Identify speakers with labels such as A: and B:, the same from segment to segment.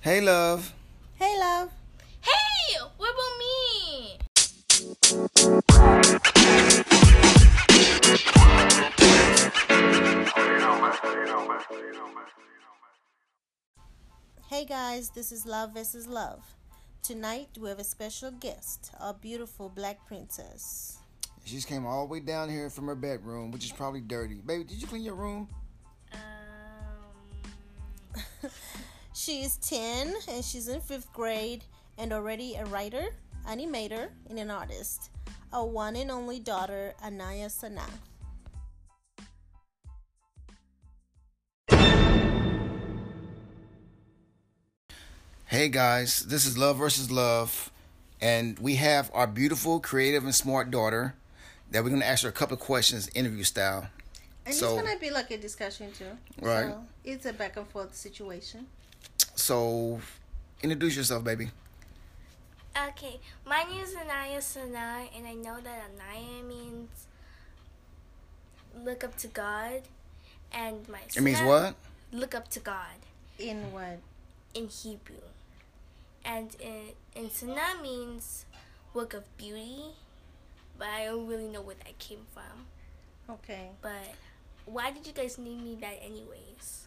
A: Hey, love.
B: Hey, love.
C: Hey, what about me?
B: Hey, guys, this is Love versus Love. Tonight, we have a special guest, our beautiful black princess.
A: She just came all the way down here from her bedroom, which is probably dirty. Baby, did you clean your room?
C: Um,
B: She is 10 and she's in fifth grade and already a writer, animator, and an artist. Our one and only daughter, Anaya Sana.
A: Hey, guys. This is Love versus Love, and we have our beautiful, creative, and smart daughter that we're gonna ask her a couple of questions, interview style.
B: And
A: So-
B: it's going to be like a discussion, too.
A: Right.
B: So it's a back and forth situation.
A: So, introduce yourself, baby.
C: okay, my name is Anaya Sana, and I know that Anaya means look up to God, and my
A: It means
C: Sana-
A: what?
C: Look up to God
B: In what?
C: in Hebrew, and in, and Sana means work of beauty, but I don't really know where that came from.
B: Okay.
C: But why did you guys name me that, anyways?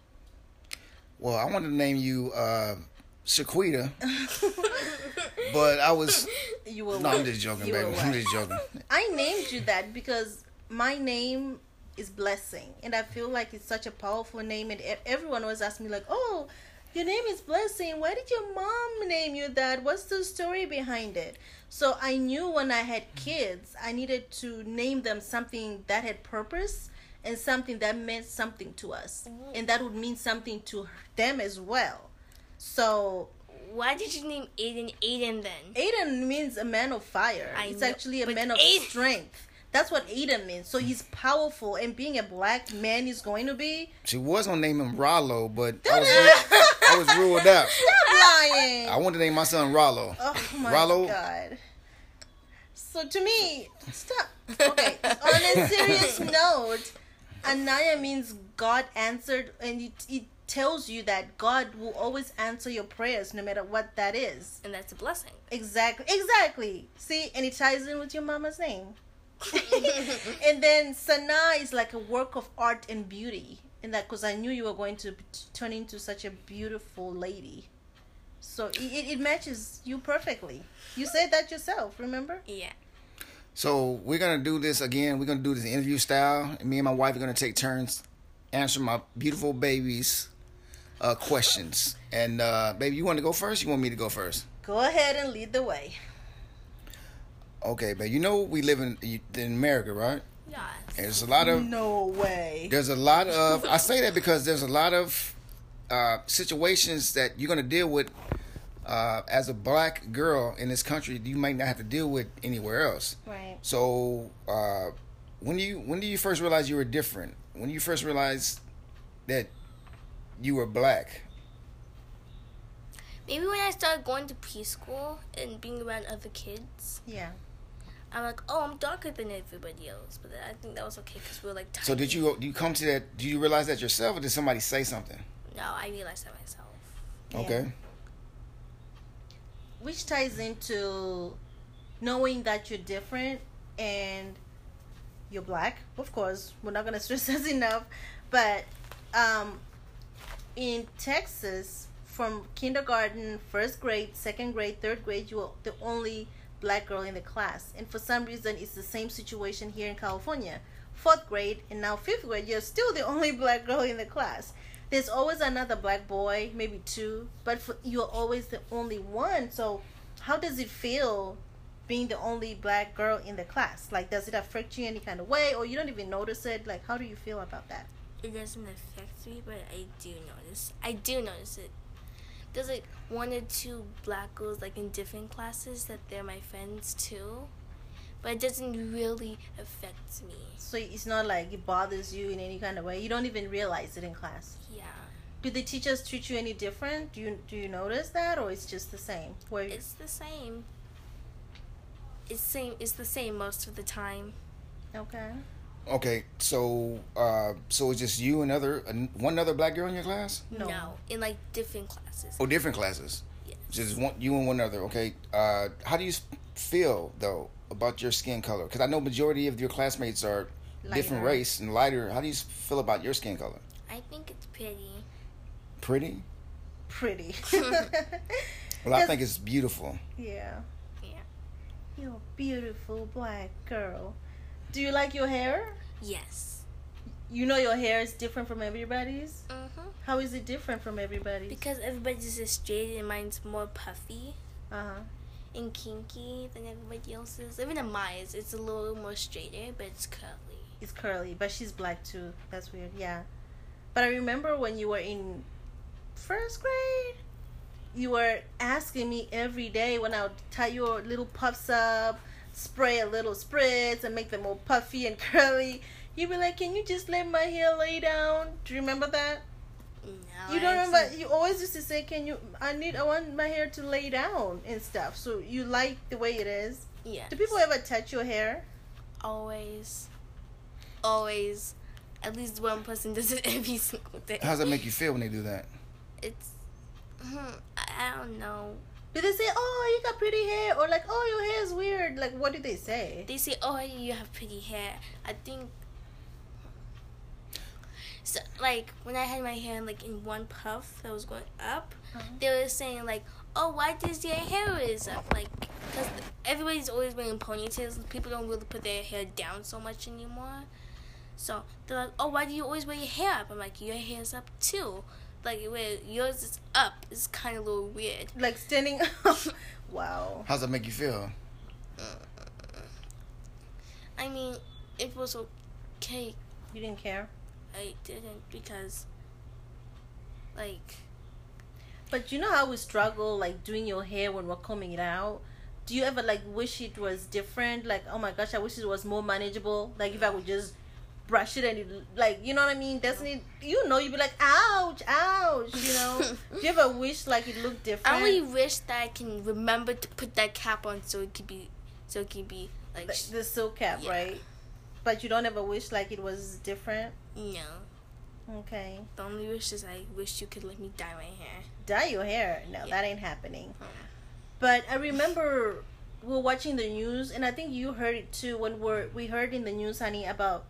A: Well, I wanted to name you uh, Shaquita, but I was.
B: You were
A: No, I'm
B: what?
A: just joking,
B: You were
A: baby.
B: what?
A: I'm just joking.
B: I named you that because my name is blessing, and I feel like it's such a powerful name. And e- everyone always asks me like, "Oh, your name is blessing. Why did your mom name you that? What's the story behind it?" So I knew when I had kids, I needed to name them something that had purpose and something that meant something to us, and that would mean something to them as well. So
C: Why did you name Aiden Aiden then?
B: Aiden means a man of fire.
C: I
B: it's
C: know,
B: actually a
C: but
B: man of
C: Aiden-
B: strength. That's what Aiden means. So he's powerful, and being a black man is going to be.
A: She was gonna name him Rollo, but I was, ru- I was ruled out.
B: Stop lying!
A: I wanted to name my son Rollo.
B: Oh my
A: Rollo.
B: god. So to me, stop. Okay, on a serious note, Anaya means God answered, and it, it tells you that God will always answer your prayers, no matter what that is.
C: And that's a blessing.
B: Exactly. Exactly. See, and it ties in with your mama's name. and then Sana is like a work of art and beauty. And that because I knew you were going to t- turn into such a beautiful lady. So it, it, it matches you perfectly. You said that yourself, remember?
C: Yeah.
A: So we're gonna do this again. We're gonna do this interview style. And me and my wife are gonna take turns answering my beautiful baby's uh, questions. And uh, baby, you want to go first? You want me to go first?
B: Go ahead and lead the way.
A: Okay, babe. You know we live in in America, right?
C: Yes.
A: There's a lot of
B: No way.
A: there's a lot of I say that because there's a lot of uh, situations that you're gonna deal with uh, as a black girl in this country. You might not have to deal with anywhere else.
B: Right.
A: So, uh, when do you when do you first realize you were different? When you first realized that you were black?
C: Maybe when I started going to preschool and being around other kids,
B: Yeah.
C: I'm like, oh, I'm darker than everybody else. But I think that was okay because we were like. Tiny.
A: So did you do you come to that? Do you realize that yourself, or did somebody say something?
C: No, I realized that myself.
B: Yeah.
A: Okay.
B: which ties into knowing that you're different and you're black of course we're not going to stress this enough but um, in texas from kindergarten first grade second grade third grade you are the only black girl in the class and for some reason it's the same situation here in california fourth grade and now fifth grade you're still the only black girl in the class there's always another black boy, maybe two, but for, you're always the only one. So, how does it feel being the only black girl in the class? Like, does it affect you any kind of way, or you don't even notice it? Like, how do you feel about that?
C: It doesn't affect me, but I do notice. I do notice it. There's like one or two black girls like in different classes that they're my friends too, but it doesn't really affect me.
B: So it's not like it bothers you in any kind of way. You don't even realize it in class.
C: Yeah.
B: Do the teachers treat you any different? Do you do you notice that, or it's just the same? Where you-
C: It's the same. It's same. It's the same most of the time.
B: okay,
A: Okay, so uh, so it's just you and other an- one other black girl in your class?
B: No.
C: in like different classes.
A: Oh, different classes.
C: Yes.
A: Just one, you and one other. Okay. Uh, how do you s- feel though about your skin color? Because I know majority of your classmates are different
B: Lighter.
A: race and lighter. How do you s- feel about your skin color?
C: I think it's pretty.
A: Pretty.
B: Pretty.
A: Well, I
B: Yes.
A: think it's beautiful.
B: yeah.
C: Yeah.
B: You're a beautiful black girl. Do you like your hair?
C: Yes.
B: You know your hair is different from everybody's.
C: Mhm.
B: How is it different from everybody's?
C: Because everybody's is straight and mine's more puffy
B: uh huh.
C: and kinky than everybody else's. Even in mine, it's- it's a little more straighter, but it's curly.
B: It's curly, but she's black too. That's weird. Yeah. But I remember when you were in first grade, you were asking me every day when I would tie your little puffs up, spray a little spritz, and make them all puffy and curly. You'd be like, "Can you just let my hair lay down?" Do you remember that?
C: No,
B: You don't
C: I
B: remember.
C: actually-
B: You always used to say, "Can you? I need. I want my hair to lay down and stuff." So you like the way it is.
C: Yes.
B: Do people ever touch your hair?
C: always, always, at least one person does it every single day?
A: How does that make you feel when they do that?
C: It's. Hmm, I I don't know.
B: Do they say, "Oh, you got pretty hair," or like, "Oh, your hair is weird"? Like, what do they say?
C: They say, "Oh, you have pretty hair." I think. So like when I had my hair like in one puff that was going up, they were saying like, "Oh, why does your hair is up?" Like, cause everybody's always wearing ponytails. People don't really put their hair down so much anymore. So they're like, "Oh, why do you always wear your hair up?" I'm like, "Your hair's up too." Like, where yours is up is kind of a little weird.
B: Like standing up. wow.
A: How does that make you feel?
C: I mean, it was okay
B: You didn't care,
C: I didn't because, like,
B: but you know how we struggle like doing your hair when we're combing it out. Do you ever like wish it was different? Like, oh my gosh, I wish it was more manageable. Like, if I would just brush it and it, like, you know what I mean? Doesn't it? You know, you'd be like, ouch, ouch. You know. do you ever wish like it looked different?
C: I only wish that I can remember to put that cap on so it could be, so it could be like,
B: Like,
C: sh-
B: the silk cap,
C: Yeah.
B: right? But you don't ever wish like it was different.
C: no.
B: Okay.
C: The only wish is I wish you could let me dye my hair.
B: dye your hair. No,
C: Yeah.
B: that ain't happening.
C: Mm.
B: But I remember we were watching the news, and I think you heard it too when we're, we heard in the news, honey, about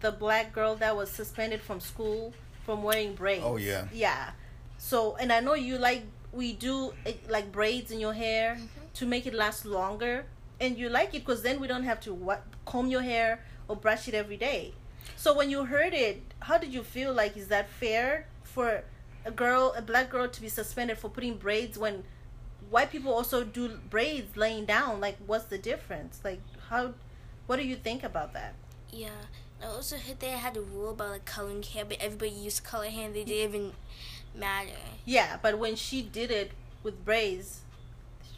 B: the black girl that was suspended from school from wearing braids.
A: Oh, yeah.
B: Yeah. So, and I know you like, we do it, like braids in your hair to make it last longer. And you like it because then we don't have to what, comb your hair or brush it every day. So when you heard it, how did you feel? Like, is that fair for a girl, a black girl, to be suspended for putting braids when white people also do braids laying down? Like, what's the difference? Like, how? What do you think about that?
C: Yeah. I also heard they had a rule about like coloring hair, but everybody used color hair and they didn't even matter.
B: Yeah, but when she did it with braids,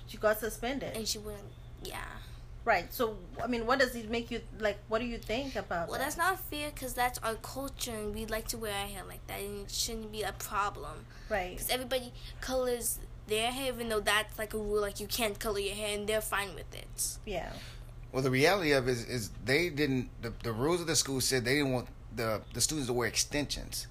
B: she got suspended.
C: And she wouldn't. Yeah.
B: Right. So, I mean, what does it make you like? What do you think about?
C: Well,
B: that?
C: that's not fair because that's our culture and we like to wear our hair like that and it shouldn't be a problem.
B: right.
C: because everybody colors their hair, even though that's like a rule, like you can't color your hair, and they're fine with it.
B: Yeah.
A: Well, the reality of it is, is they didn't. The, the rules of the school said they didn't want the the students to wear extensions.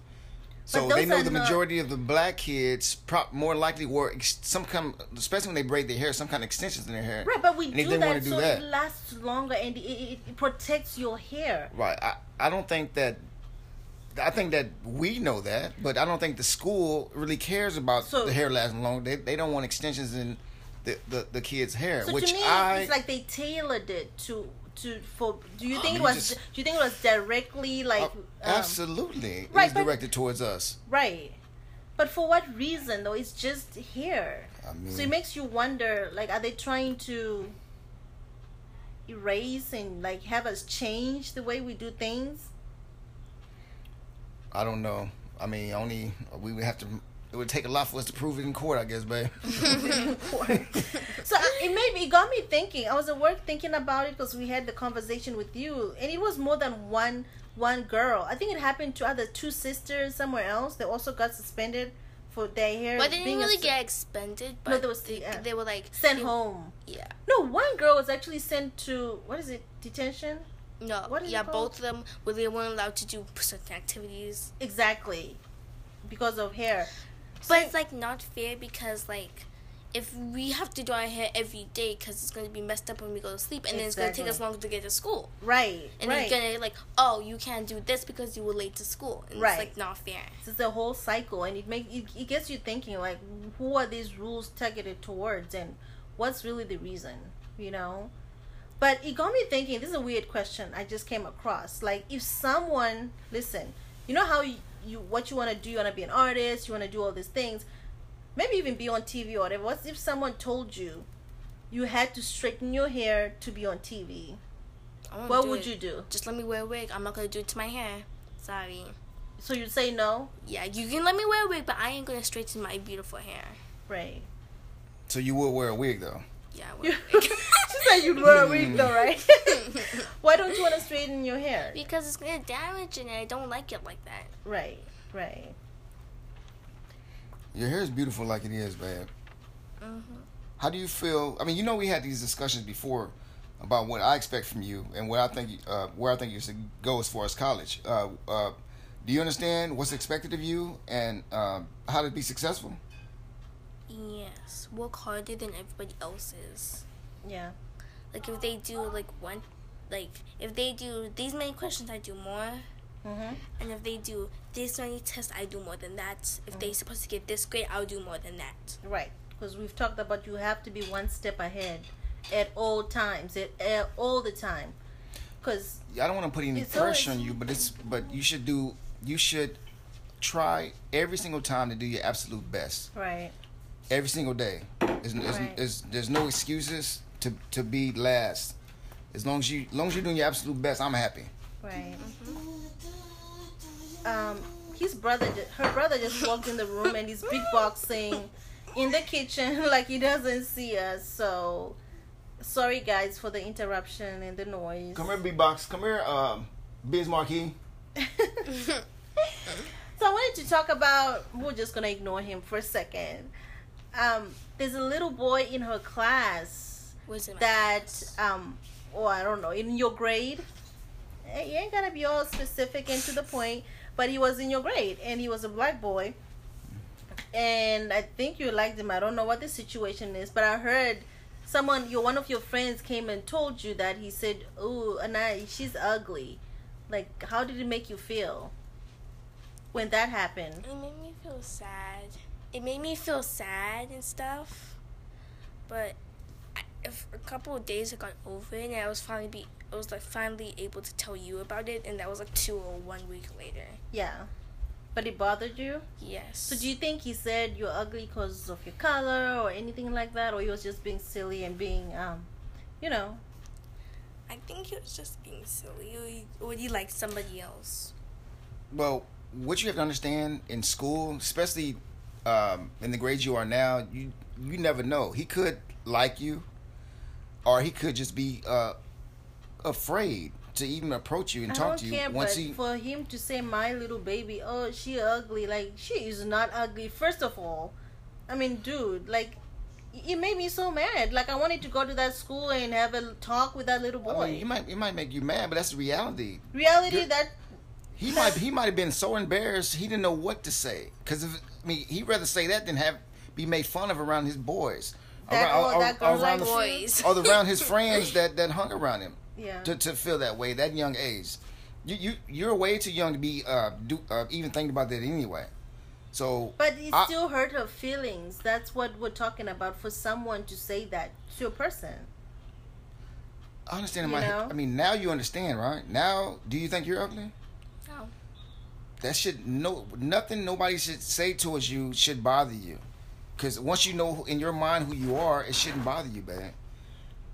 A: So
B: But
A: they
B: those
A: know
B: are
A: the
B: not-
A: majority of the black kids prop more likely wore ex- some kind, especially when they braid their hair, some kind of extensions in their hair.
B: Right, but we
A: And if
B: do
A: they wanna
B: that
A: do
B: so
A: that-
B: it lasts longer and it, it, it protects your hair.
A: Right. I, I don't think that. I think that we know that, but I don't think the school really cares about
B: So-
A: the hair lasting long. They they don't want extensions in the the, the kids' hair,
B: So
A: which
B: to me,
A: I
B: it's like they tailored it to to for. Do you think
A: you
B: it was?
A: Oh, just-
B: do you think it was directly like?
A: uh,
B: um,
A: absolutely
B: right,
A: is
B: but-
A: directed towards us.
B: Right. But for what reason though? It's just here.
A: I mean,
B: So it makes you wonder like are they trying to erase and like have us change the way we do things?
A: I don't know. I mean, only we would have to. It would take a lot for us to prove it in court, I guess, babe.
B: so I, it made me it got me thinking. I was at work thinking about it because we had the conversation with you, and it was more than one one girl. I think it happened to other two sisters somewhere else. They also got suspended for their hair.
C: But they didn't
B: being
C: really
B: a-
C: get expended. But
B: No, there was-
C: they,
B: yeah.
C: they were like
B: sent
C: they-
B: home.
C: Yeah,
B: No, one girl was actually sent to what is it detention?
C: No,
B: What is it
C: yeah,
B: called?
C: both of them. Well, they weren't allowed to do certain activities.
B: Exactly. Because of hair.
C: But it's like not fair because like if we have to do our hair every day because it's gonna be messed up when we go to sleep, and then it's gonna take us
B: Exactly.
C: longer to get to school,
B: Right.
C: and
B: right.
C: then you're gonna like, oh, you can't do this because you were late to school, and
B: Right.
C: it's like not fair.
B: it's a whole cycle and it make it, it gets you thinking like who are these rules targeted towards and what's really the reason you know but it got me thinking this is a weird question i just came across like if someone listen you know how you, you what you want to do you want to be an artist you want to do all these things maybe even be on tv or whatever what if someone told you you had to straighten your hair to be on tv
C: I won't
B: what
C: Oh, do
B: would
C: it.
B: you do
C: Just let me wear a wig. I'm not gonna do it to my hair. Sorry.
B: so you'd say no
C: Yeah, you can let me wear a wig, but I ain't gonna straighten my beautiful hair.
B: right
A: So you would wear a wig though.
C: Yeah, I
B: You-
C: wear a wig.
B: she said you'd wear a wig though, right? Why don't you want to straighten your hair?
C: because it's gonna damage it, and I don't like it like that.
B: Right, right.
A: Your hair is beautiful like it is, babe.
C: hmm
A: How do you feel? I mean, you know, we had these discussions before about what I expect from you and what I think, you- uh, where I think you should go as far as college. Uh, uh, do you understand what's expected of you and uh, how to be successful?
C: Yes, work harder than everybody else's.
B: Yeah,
C: Like if they do like one, like if they do these many questions, I do more.
B: mm-hmm.
C: And if they do this many tests, I do more than that. If they supposed to get this grade, I'll do more than that.
B: right. Because we've talked about you have to be one step ahead at all times, at, at all the time. Because
A: I don't want to put any
B: It's
A: pressure on
B: always-
A: you, but it's but you should do you should try every single time to do your absolute best
B: right,
A: every single day. There's, there's,
B: Right.
A: there's, there's no excuses to to be last. As long as you as long as you're doing your absolute best, I'm happy.
B: right. Um, his brother, ju- her brother, just walked in the room and he's beatboxing in the kitchen like he doesn't see us. So, sorry guys for the interruption and the noise.
A: Come here, B-Box. Come here, um, Biz Marquee.
B: so I wanted to talk about. We're just gonna ignore him for a second. Um, there's a little boy in her class
C: Was it my
B: that,
C: class?
B: um, or I don't know, in your grade. Eh, You ain't gotta be all specific and to the point, but he was in your grade and he was a black boy. And I think you liked him. I don't know what the situation is, but I heard someone, your one of your friends, came and told you that he said, "Ooh, Anai, she's ugly." Like, how did it make you feel when that happened?
C: It made me feel sad. It made me feel sad and stuff. But I, if a couple of days I got over it, and I was finally be, I was like finally able to tell you about it, and that was like two or one week later.
B: Yeah, but it bothered you.
C: Yes.
B: So do you think he said you're ugly because of your color or anything like that, or he was just being silly and being, um, you know?
C: I think he was just being silly, or he, or he liked somebody else.
A: Well, what you have to understand in school, especially um, in the grades you are now, you you never know. He could like you, or he could just be uh, afraid to even approach you and
B: I
A: talk
B: don't
A: to you.
B: care,
A: once
B: but
A: he,
B: for him to say my little baby, oh she ugly, like she is not ugly. First of all, I mean, dude, like. It made me so mad. Like I wanted to go to that school and have a talk with that little boy.
A: I mean, it might it might make you mad, but that's the reality.
B: Reality
A: Good-
B: that
A: He might he might have been so embarrassed he didn't know what to say because I mean he'd rather say that than have be made fun of around his boys,
B: That-
A: around,
B: oh, that girl
A: around
B: like
A: the,
C: Boys.
A: or around his friends that that hung around him.
B: yeah.
A: to, to feel that way that young age. You you you're way too young to be uh do uh, even thinking about that anyway. So
B: But it
A: I-
B: still hurt her feelings. That's what we're talking about for someone to say that to a person.
A: I understand in
B: you
A: my
B: know?
A: I mean now you understand right now. Do you think you're ugly?
C: No.
A: That should no nothing nobody should say towards you should bother you, because once you know in your mind who you are, it shouldn't bother you, bad.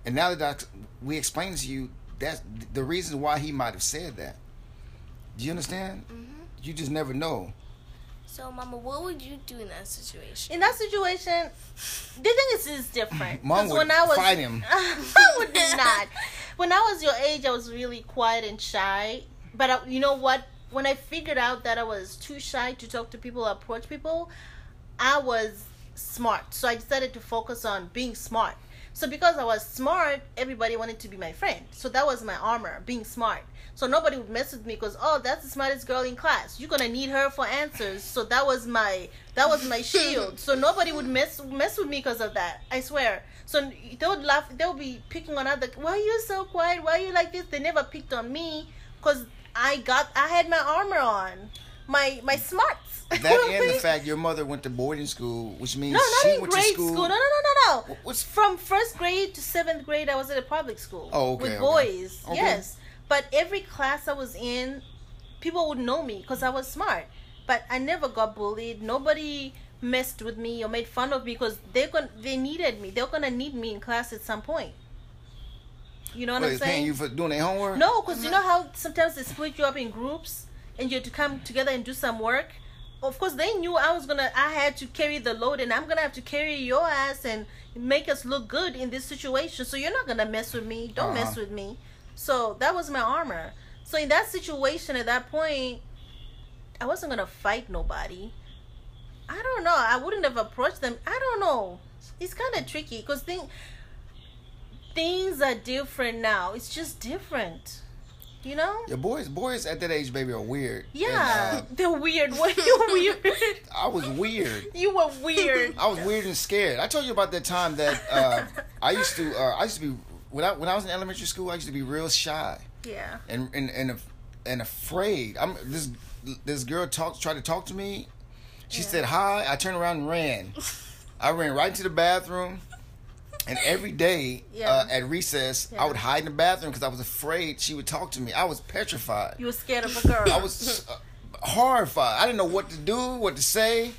A: And now that I, we explained to you that's the reason why he might have said that. Do you understand?
C: hmm
A: You just never know.
C: So, Mama, what would you do in that situation?
B: In that situation, the thing is, it's different.
A: Mom
B: 'Cause
A: would fight him.
B: I would not. When I was your age, I was really quiet and shy. But I, you know what? When I figured out that I was too shy to talk to people, approach people, I was smart. So I decided to focus on being smart. So because I was smart, everybody wanted to be my friend. So that was my armor, being smart. So nobody would mess with me because oh, that's the smartest girl in class. You're gonna need her for answers. So that was my that was my shield. So nobody would mess mess with me because of that. I swear. So they would laugh. They would be picking on other. Why are you so quiet? Why are you like this? They never picked on me because I got I had my armor on, my my smarts.
A: That and the fact your mother went to boarding school, which means
B: No, not
A: she
B: in
A: went to
B: grade
A: school.
B: school. No, no, no, no, no.
A: Wh- what's-
B: from first grade to seventh grade? I was at a public school.
A: Oh, okay,
B: With
A: okay.
B: boys,
A: Okay.
B: yes. But every class I was in, people would know me because I was smart. But I never got bullied. Nobody messed with me or made fun of me because they gon- they needed me. They're gonna need me in class at some point. You know what
A: Wait,
B: I'm saying?
A: paying you for doing their homework?
B: No, because you know how sometimes they split you up in groups and you had to come together and do some work. Of course, they knew I was gonna, I had to carry the load, and I'm gonna have to carry your ass and make us look good in this situation. So you're not gonna mess with me. Don't mess
A: Uh-huh.
B: with me. So that was my armor. So in that situation, at that point, I wasn't gonna fight nobody. I don't know. I wouldn't have approached them. I don't know. It's kind of tricky because thing, things are different now. It's just different. You know?
A: Your boys, boys at that age, baby, are weird. And,
B: Yeah.
A: uh,
B: They're weird. Were you weird?
A: I was weird.
B: you were weird.
A: I was weird and scared. I told you about that time that uh, I used to. Uh, I used to be when I when I was in elementary school. I used to be real shy
B: Yeah.
A: and and and, af- and afraid. I'm this this girl talked tried to talk to me. She said hi. I turned around and ran. I ran right into the bathroom. And every day
B: Yeah.
A: uh, at recess,
B: Yeah.
A: I would hide in the bathroom because I was afraid she would talk to me. I was petrified.
B: You were scared of a girl.
A: I was uh, horrified. I didn't know what to do, what to say.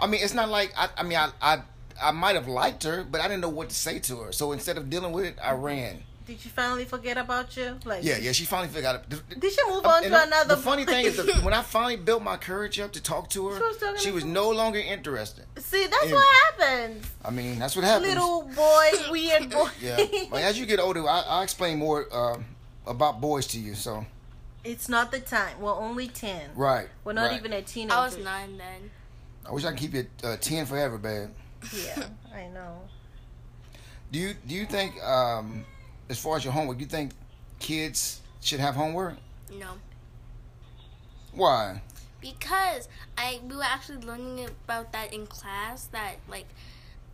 A: I mean, it's not like I, I mean, I, I, I might have liked her, but I didn't know what to say to her. So instead of dealing with it, I ran.
B: Did she finally forget about you? Like,
A: Yeah, yeah. She finally figured out.
B: Did she move on
A: And
B: to
A: the-
B: another?
A: The funny thing is, that when I finally built my courage up to talk to her,
B: She was talking
A: she
B: to
A: was
B: you.
A: no longer interested.
B: See, that's
A: Yeah.
B: what happens.
A: I mean, that's what happens.
B: Little boy, weird boy.
A: Yeah. But as you get older, I, I'll explain more uh, about boys to you. So
B: It's not the time. We're only 10.
A: right.
B: We're not
A: right.
B: even a teenager.
C: I was nine then.
A: I wish I could keep it uh, ten forever, babe.
B: Yeah, I know.
A: Do you do you think um, as far as your homework, do you think kids should have homework?
C: No.
A: Why?
C: because I we were actually learning about that in class that like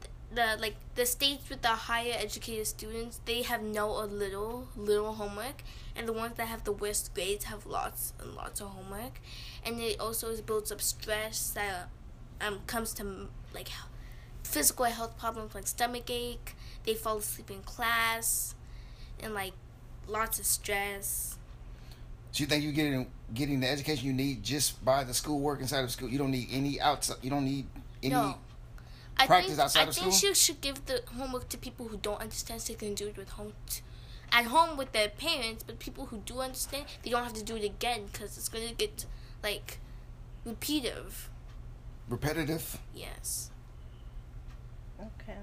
C: th- the like the states with the higher educated students they have no or little little homework and the ones that have the worst grades have lots and lots of homework and it also builds up stress that um comes to mm, like h- physical health problems like stomach ache they fall asleep in class and like lots of stress
A: Do you think you're getting getting the education you need just by the schoolwork inside of school? You don't need any outside. You don't need any.
C: No. I
A: practice
C: think,
A: outside
C: I
A: of
C: think
A: school?
C: she should give the homework to people who don't understand so they can do it with home t- at home with their parents, but people who do understand, they don't have to do it again because it's going to get, like, repetitive.
A: repetitive.
C: Yes.
B: Okay.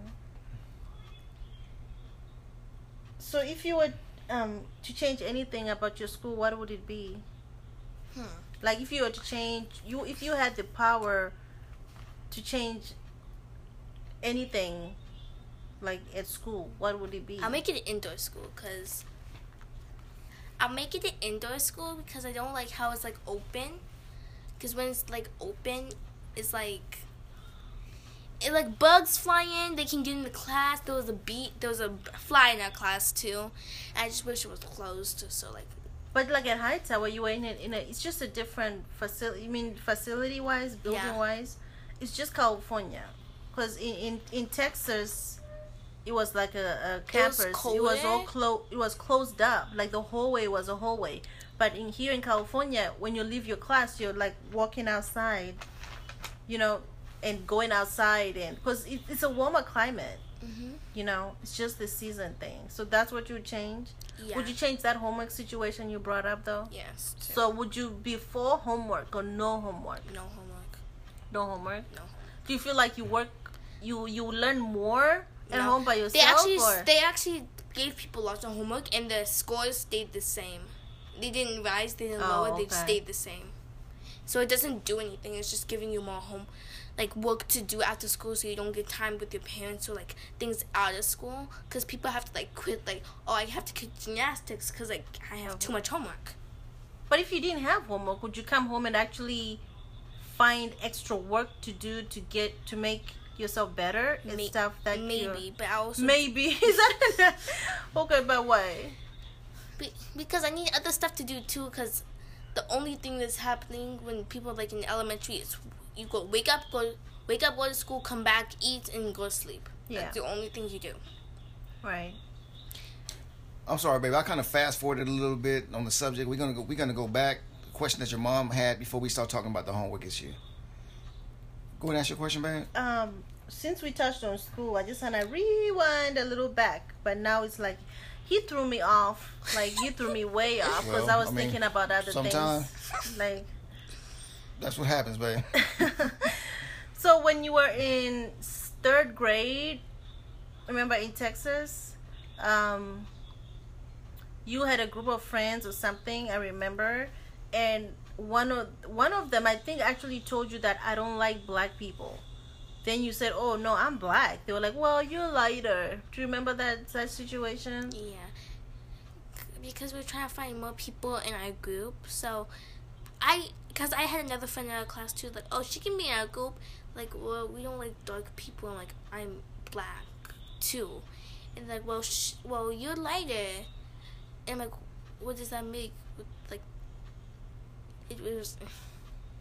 B: So if you were um, to change anything about your school, what would it be?
C: Hmm.
B: Like if you were to change you if you had the power to change anything like at school, what would it be?
C: I'll make it an indoor school because I'll make it an indoor school because I don't like how it's like open. Because when it's like open, it's like it like bugs fly in. They can get in the class. There was a bee. There was a b- fly in our class too. I just wish it was closed so like
B: but like at High Tower you were in it in a it's just a different facility I mean facility wise, building wise. It's just California. Because in, in, in Texas it was like a, a
C: It was
B: campus. It was all
C: colder.
B: clo- it was closed up. Like the hallway was a hallway. But in here in California, when you leave your class, you're like walking outside, you know, and going outside and because it, it's a warmer climate.
C: hmm
B: You know, it's just the season thing. So that's what you would change.
C: yeah.
B: Would you change that homework situation you brought up though?
C: yes. too.
B: So would you be for homework or no homework?
C: no homework.
B: No homework.
C: No. homework.
B: Do you feel like you work, you you learn more at
C: No.
B: home by
C: They
B: yourself?
C: actually
B: or?
C: they actually gave people lots of homework and the scores stayed the same. They didn't rise, they didn't
B: Oh,
C: lower, they
B: okay.
C: stayed the same. So it doesn't do anything. It's just giving you more home, like work to do after school so you don't get time with your parents or like things out of school because people have to like quit like oh i have to quit gymnastics because like i have too much homework
B: But if you didn't have homework, would you come home and actually find extra work to do to get to make yourself better and
C: May-
B: stuff that you're-
C: maybe but i also
B: maybe is that okay? But why?
C: Be- because I need other stuff to do too. Because the only thing that's happening when people like in elementary is you go wake up, go wake up, go to school, come back, eat, and go to sleep.
B: Yeah.
C: That's the only thing you do.
B: Right.
A: I'm sorry, baby. I kind of fast forwarded a little bit on the subject. We're gonna go. We're gonna go back. The question that your mom had before we start talking about the homework issue. Go ahead and ask your question, babe.
B: Um. Since we touched on school, I just wanna rewind a little back. But now it's like he threw me off. Like you threw me way off because
A: Well,
B: I was
A: I mean,
B: thinking about other
A: sometime.
B: things. Like.
A: That's what happens, babe.
B: so when you were in s- third grade, remember in Texas, um, you had a group of friends or something. I remember, and one of one of them, I think, actually told you that I don't like black people. Then you said, "Oh no, I'm black." They were like, "Well, you're lighter." Do you remember that that situation?
C: Yeah. Because we're trying to find more people in our group. So I, because I had another friend in our class too. Like, oh, she can be in our group. Like, well, we don't like dark people. And like, I'm black too. And like, well, sh- well, you're lighter. And like, what does that make? Like, it was.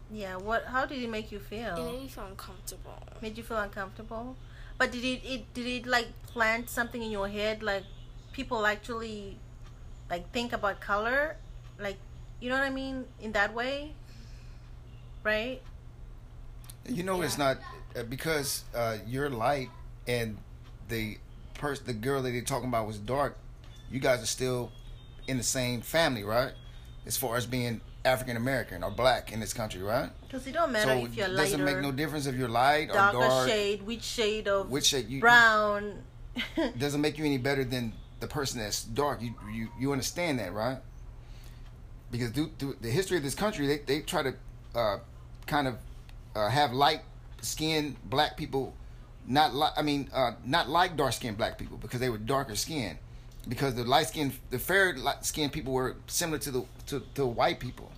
B: Yeah. What? How did it make you feel?
C: It made me feel uncomfortable.
B: made you feel uncomfortable but did it, it did it like plant something in your head like people actually like think about color like you know what i mean in that way right
A: You know, it's
C: Yeah.
A: not uh, because uh, you're light and the person, the girl that they're talking about was dark. You guys are still in the same family, right? As far as being African American or black in this country, right?
B: because it don't matter
A: So
B: if you're
A: it doesn't
B: lighter
A: make no difference if you're light or
B: darker
A: dark.
B: shade which shade of
A: Which shade you-
B: brown
A: doesn't make you any better than the person that's dark. You you, you understand that, right? Because through, through the history of this country, they, they try to uh, kind of uh, have light skinned black people not like I mean uh, not like dark skinned black people because they were darker skinned because the light skinned the fair light skinned people were similar to the to, to white people.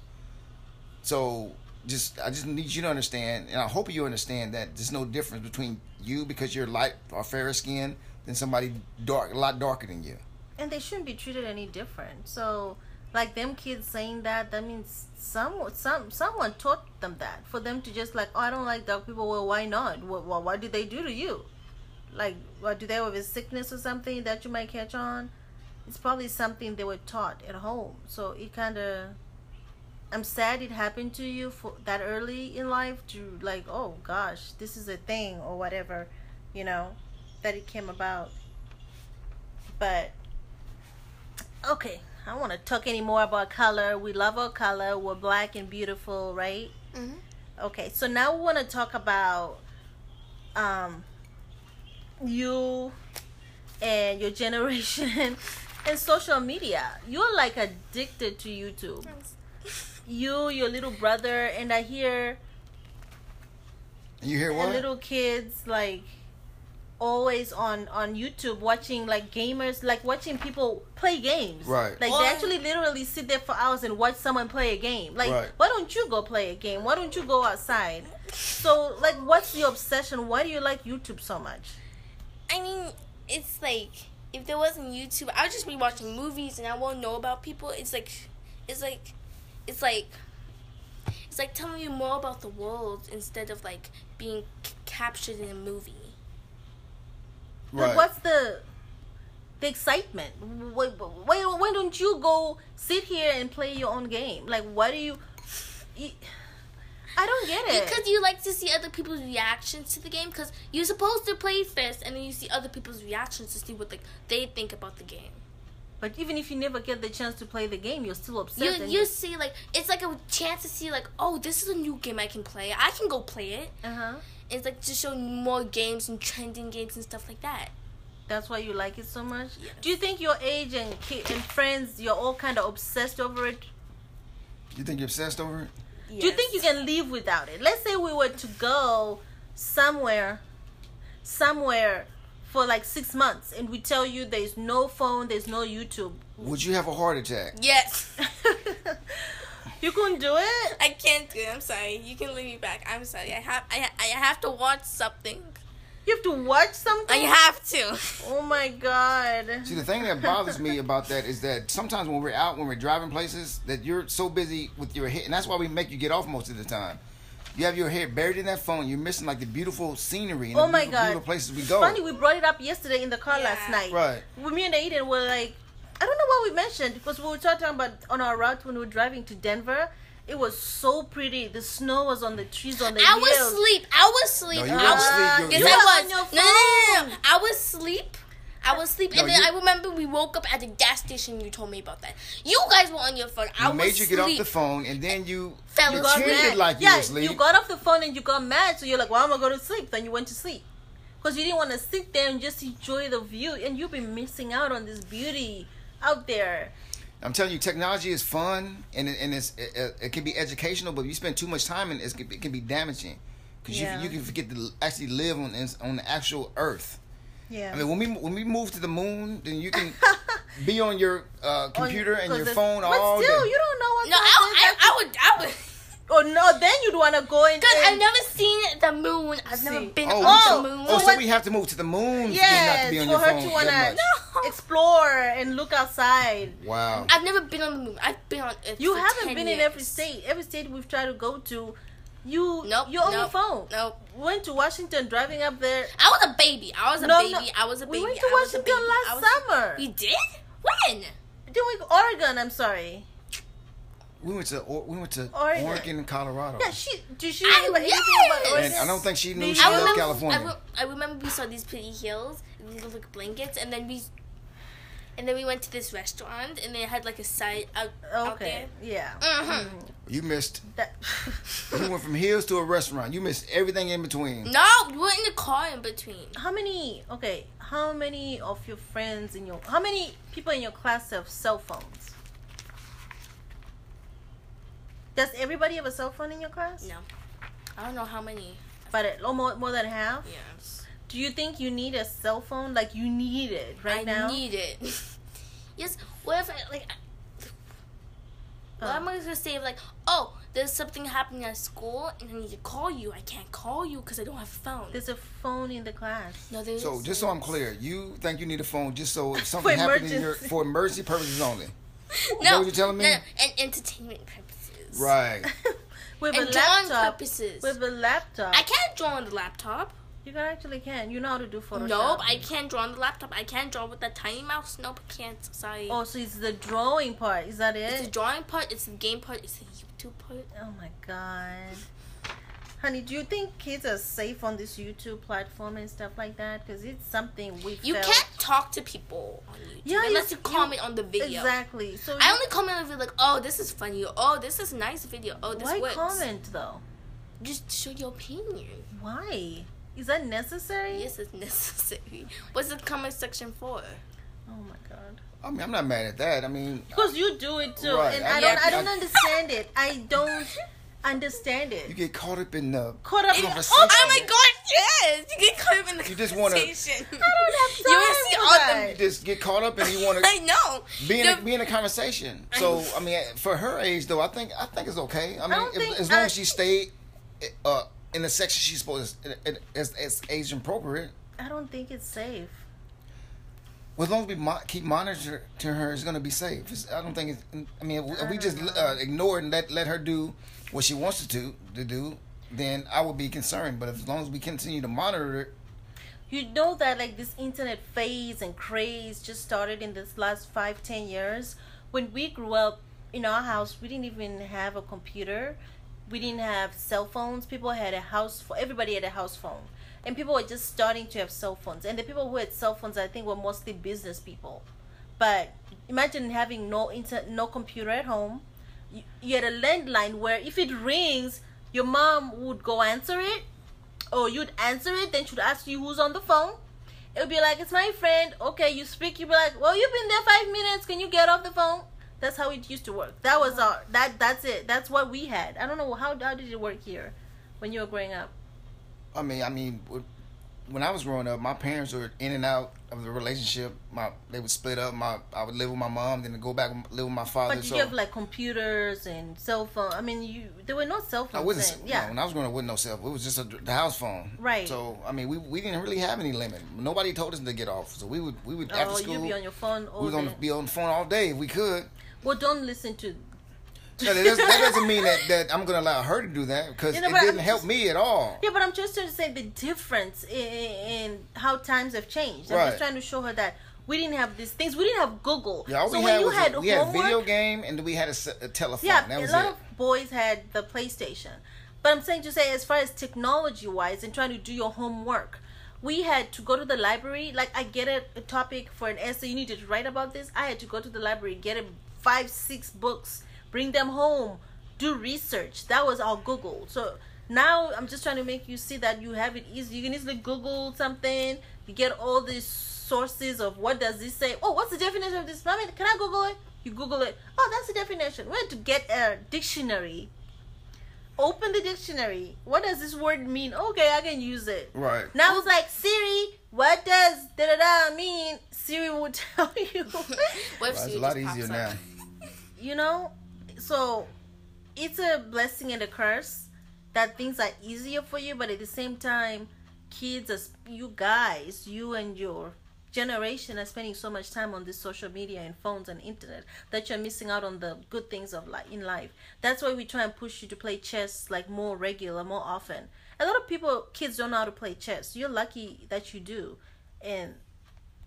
A: So just I just need you to understand, and I hope you understand that there's no difference between you because you're light or fair skinned than somebody dark, a lot darker than you.
B: and they shouldn't be treated any different so like them kids saying that that means someone some someone taught them that for them to just like oh i don't like dark people well why not what what, what did they do to you like what do they have a sickness or something that you might catch on it's probably something they were taught at home so it kind of i'm sad it happened to you for that early in life to like oh gosh this is a thing or whatever you know that it came about but okay i don't want to talk anymore about color we love our color we're black and beautiful right
C: Mm-hmm.
B: Okay, so now we want to talk about um, you and your generation and social media. You're like addicted to YouTube. You, your little brother, and I hear
A: And you hear what?
B: and little kids like always on on YouTube watching like gamers like watching people play games.
A: Right.
B: Like
C: Or-
B: they actually literally sit there for hours and watch someone play a game. Like
A: Right.
B: why don't you go play a game? Why don't you go outside? So like what's your obsession? Why do you like YouTube so much?
C: I mean, it's like if there wasn't YouTube, I'd just be watching movies and I won't know about people. It's like, it's like, it's like, it's like telling you more about the world instead of like being c- captured in a movie.
B: Like what's the the excitement? Why, why, why don't you go sit here and play your own game? Like why do you I don't get it.
C: Because you like to see other people's reactions to the game. Because you're supposed to play first, and then you see other people's reactions to see what like they think about the game.
B: But even if you never get the chance to play the game, you're still
C: You
B: obsessed. and
C: you see like it's like a chance to see like oh this is a new game I can play. I can go play it.
B: uh-huh.
C: It's like to show more games and trending games and stuff like that.
B: That's why you like it so much.
C: Yes.
B: Do you think your age and ki- and friends, you're all kind of obsessed over it?
A: you think you're obsessed over it?
B: Do you think you can live without it? Let's say we were to go somewhere, somewhere for like six months, and we tell you there's no phone, there's no YouTube.
A: Would you have a heart attack?
C: Yes.
B: you couldn't do it.
C: I can't do it. I'm sorry. You can leave me back. I'm sorry. I have I, I have to watch something.
B: You have to watch
C: I
B: something.
C: have to.
B: oh my god.
A: See, the thing that bothers me about that is that sometimes when we're out, when we're driving places, that you're so busy with your head, and that's why we make you get off most of the time. You have your head buried in that phone. You're missing like the beautiful scenery and
B: Oh
A: the
B: my
A: beautiful,
B: God.
A: beautiful places we go.
B: Funny, we brought it up yesterday in the car
C: Yeah.
B: last night.
A: Right.
B: We, me and Aiden were like, I don't know what we mentioned because we were talking about on our route when we were driving to Denver. It was so pretty. The snow was on the trees, on the
C: I
B: hills.
C: was asleep. I was asleep.
A: No, you
C: I
A: were
C: was-
A: asleep.
B: Uh,
A: You-
C: Yes,
A: you-
C: I
B: was
C: was.
B: on your
C: No, no, no, no, no. I was asleep. I was asleep,
A: No,
C: and then
A: you-
C: I remember we woke up at the gas station. You told me about that. You guys were on your phone. I
A: I made
C: was
A: you get off
C: asleep.
A: the phone, and then you
C: Fell
A: you
C: asleep.
A: treated like
B: yeah,
A: you were asleep.
B: you got off the phone and you got mad, so you're like, "Why am I going to sleep?" Then you went to sleep because you didn't want to sit there and just enjoy the view, and you've been missing out on this beauty out there.
A: I'm telling you, technology is fun, and it, and it's it, it- it can be educational, but if you spend too much time in it, it's- it can be damaging because
B: Yeah.
A: you you can forget to actually live on this- on the actual Earth.
B: Yeah.
A: I mean, when we when we move to the moon, then you can be on your uh, computer and your phone
B: but
A: all
B: still,
A: day.
B: you don't know what.
C: No, I, I, I would, I would,
B: Oh no! Then you'd want to go in.
C: because I've
B: and-
C: never seen the moon. I've never
B: See.
C: been
A: oh,
C: on
A: oh,
C: the moon.
A: oh, so
B: what-
A: we have to move to the moon for you
B: Yes,
A: not to be on
B: for
A: your
B: her
A: phone
B: to
A: that
B: wanna
A: much.
C: no,
B: explore and look outside.
A: Wow.
C: I've never been on the moon. I've been on Earth.
B: You
C: for
B: haven't
C: 10
B: been in
C: years.
B: every state. Every state we've tried to go to, you
C: Nope.
B: you're on
C: nope,
B: your phone.
C: Nope.
B: Went to Washington, driving up there.
C: I was a baby. I was a
B: No,
C: baby.
B: no.
C: I was a
B: We
C: baby.
B: went to
C: I was a
B: Washington
C: baby.
B: last
C: I was
B: summer.
C: We did? When?
B: Then we Oregon. I'm sorry.
A: We went to Or- we went to
B: Oregon.
A: Oregon, Colorado.
B: Yeah, she. Did she
C: I-
B: remember anything about
C: yes!
B: Oregon?
A: and I don't think she
B: I
A: knew she
C: I
A: loved
C: remember,
A: California.
C: I, re- I remember we saw these pretty hills, and these little blankets, and then we, and then we went to this restaurant, and they had like a side out, out
B: Okay. Mm-hmm.
C: there.
B: Yeah.
C: Mhm.
A: you missed.
B: That,
A: You went from hills to a restaurant. You missed everything in between.
C: No, we were in the car in between.
B: how many? Okay. How many of your friends in your? How many people in your class have cell phones? Does everybody have a cell phone in your class?
C: No, I don't know how many.
B: But it, oh, more, more than half.
C: Yeah,
B: Do you think you need a cell phone? Like you need it right
C: I
B: now?
C: need it. yes. What if I like? I-
B: Uh.
C: What am I gonna say? Like, oh, there's something happening at school, and I need to call you. I can't call you because I don't have a phone.
B: There's a phone in the class.
C: no, there's
A: So just so I'm clear, you think you need a phone just so if something happens in your
B: emergency.
A: for emergency purposes only.
C: no,
A: that what you're telling me?
C: No, and entertainment purposes.
A: Right.
B: with
C: And
B: a
C: drawing
B: laptop.
C: purposes.
B: With a laptop.
C: I can't draw on the laptop.
B: You can actually can. You know how to do Photoshop.
C: Nope, I can't draw on the laptop. I can't draw with that tiny mouse. Nope, I can't. Sorry.
B: Oh, so it's the drawing part. Is that
C: It's the
B: it?
C: drawing part, it's the game part, it's the YouTube part.
B: Oh my god. Honey, do you think kids are safe on this YouTube platform and stuff like that? Because it's something we
C: You
B: felt-
C: can't talk to people on YouTube
B: Yeah, you-
C: unless you,
B: you-
C: comment on the video.
B: Exactly. So
C: I
B: you-
C: only comment on the video like, oh, this is funny. Oh, this is nice video. Oh, this
B: why
C: works.
B: comment though?
C: Just show your opinion.
B: Why? Is that necessary?
C: Yes, it's necessary. What's the comment section for?
B: Oh my god.
A: I mean, I'm not mad at that. I mean,
B: Because you do it too,
A: Right,
B: and
A: I-
B: I don't. I
A: I-
B: don't understand it. I don't understand
A: you
B: it.
A: get caught up in the.
B: Caught up.
C: It-
B: I
A: Conversation.
C: oh my gosh, yes! You get caught up in the
A: You just wanna-
C: conversation.
B: don't
C: You
B: have
C: wanna
B: time
C: see
B: for
C: all the-
B: that.
A: You just get caught up and you want
C: I
A: to
C: know.
A: be in
C: No,
A: a, be in a conversation. So I mean, for her age though, I think I think it's okay. I mean,
B: don't
A: if-
B: think
A: as long
B: I-
A: as she stayed uh, in the section she's supposed to, it- it- it's, it's age appropriate.
B: I don't think it's safe.
A: Well, as long as we mo- keep monitoring to her, it's gonna be safe. It's, I don't think. It's, I mean, if we just uh, ignore it and let let her do what she wants to do, to do, then I would be concerned. But as long as we continue to monitor it,
B: You know that like this internet phase and craze just started in this last five ten years. When we grew up in our house, we didn't even have a computer. We didn't have cell phones. People had a house. pho- Everybody had a house phone, and people were just starting to have cell phones. And the people who had cell phones, I think, were mostly business people. But imagine having no inter- no computer at home. You, you had a landline where if it rings, your mom would go answer it, or Oh, you'd answer it. Then she'd ask you who's on the phone. It would be like, "It's my friend." Okay, you speak. You'd be like, "Well, you've been there five minutes. Can you get off the phone?" That's how it used to work. That was our that that's it. That's what we had. I don't know how how did it work here when you were growing up.
A: I mean, I mean, w- when I was growing up, my parents were in and out of the relationship. My they would split up. My I would live with my mom, then go back and live with my father.
B: But did
A: so
B: you have like computers and cell phone? I mean, you there were no cell
A: I
B: phones.
A: wasn't.
B: then.
A: no,
B: Yeah.
A: when I was growing up, with no cell, phone. it was just a, the house phone.
B: Right.
A: So I mean, we, we didn't really have any limit. Nobody told us to get off. So we would we would after
B: oh,
A: school.
B: you'd be on your phone
A: we
B: all
A: was on
B: day.
A: the, be on the phone all day if we could.
B: well, don't listen to.
A: No, that, doesn't, that doesn't mean that, that I'm gonna allow her to do that because
B: You know,
A: it
B: but I'm
A: didn't help
B: just-
A: me at all.
B: Yeah, but I'm just trying to say the difference in, in how times have changed. I'm
A: Right.
B: just trying to show her that we didn't have these things. We didn't have Google.
A: Yeah, all
B: so
A: we
B: when
A: had
B: you
A: was
B: had
A: a, we had
B: homework,
A: video game and we had a, se- a telephone.
B: yeah,
A: that was
B: a lot
A: it.
B: of boys had the PlayStation. But I'm saying to say, as far as technology wise and trying to do your homework, we had to go to the library. Like, I get it, a topic for an essay, you need to write about this. I had to go to the library, get it five, six books, bring them home, do research. That was all Google. So now I'm just trying to make you see that you have it easy. You can easily Google something, you get all these sources of what does this say? Oh, what's the definition of this? Mommy, can I Google it? You Google it. Oh, that's the definition. We had to get a dictionary. Open the dictionary. What does this word mean? Okay, I can use it.
A: Right.
B: Now it's like Siri, what does da da da mean? Siri will tell you.
C: Web
A: Well, it's a
C: series
A: lot
C: just
A: easier
C: pops
A: now.
C: up.
B: you know, so it's a blessing and a curse that things are easier for you, but at the same time, kids, as you guys, you and your generation are spending so much time on this social media and phones and internet that you're missing out on the good things of life in life. That's why we try and push you to play chess like more regular, more often. A lot of people, kids, don't know how to play chess. You're lucky that you do, and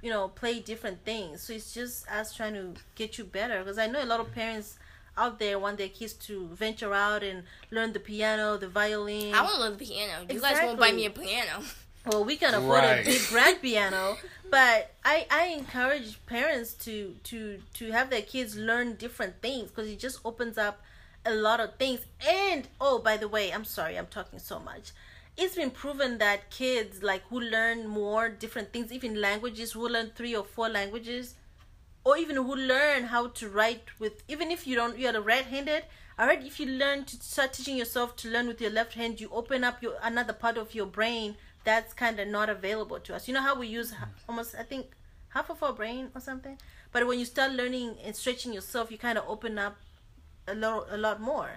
B: you know play different things so it's just us trying to get you better because i know a lot of parents out there want their kids to venture out and learn the piano the violin
C: I want to learn the piano. You guys won't buy
B: Exactly.
C: me a piano.
B: well we can afford
A: Right.
B: a big grand piano but i i encourage parents to to to have their kids learn different things because it just opens up a lot of things and oh by the way i'm sorry i'm talking so much it's been proven that kids like who learn more different things even languages who learn three or four languages or even who learn how to write with even if you don't you're right-handed all right if you learn to start teaching yourself to learn with your left hand you open up your another part of your brain that's kind of not available to us you know how we use h- almost i think half of our brain or something but when you start learning and stretching yourself you kind of open up a lot a lot more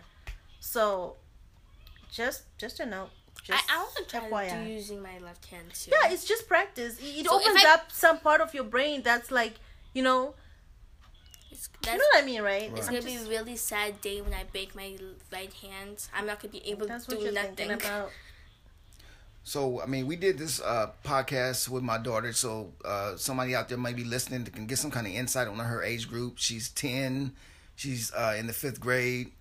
B: so just just a note
C: I,
B: just
C: I want to try to
B: FYI.
C: do using my left hand too.
B: Yeah, it's just practice. It, it
C: So if
B: opens
C: I-
B: up some part of your brain that's like, you know,
C: It's-
B: you
C: that's-
B: know what I mean, right?
A: Right.
C: It's
B: I'm
C: gonna be
B: just-
C: a really sad day when I break my right hand. I'm not gonna be able
B: that's
C: to
B: what
C: do
B: you're
C: nothing.
B: thinking about.
A: So I mean, we did this uh, podcast with my daughter, so uh, somebody out there might be listening that can get some kind of insight on her age group. She's ten, she's uh, in the fifth grade.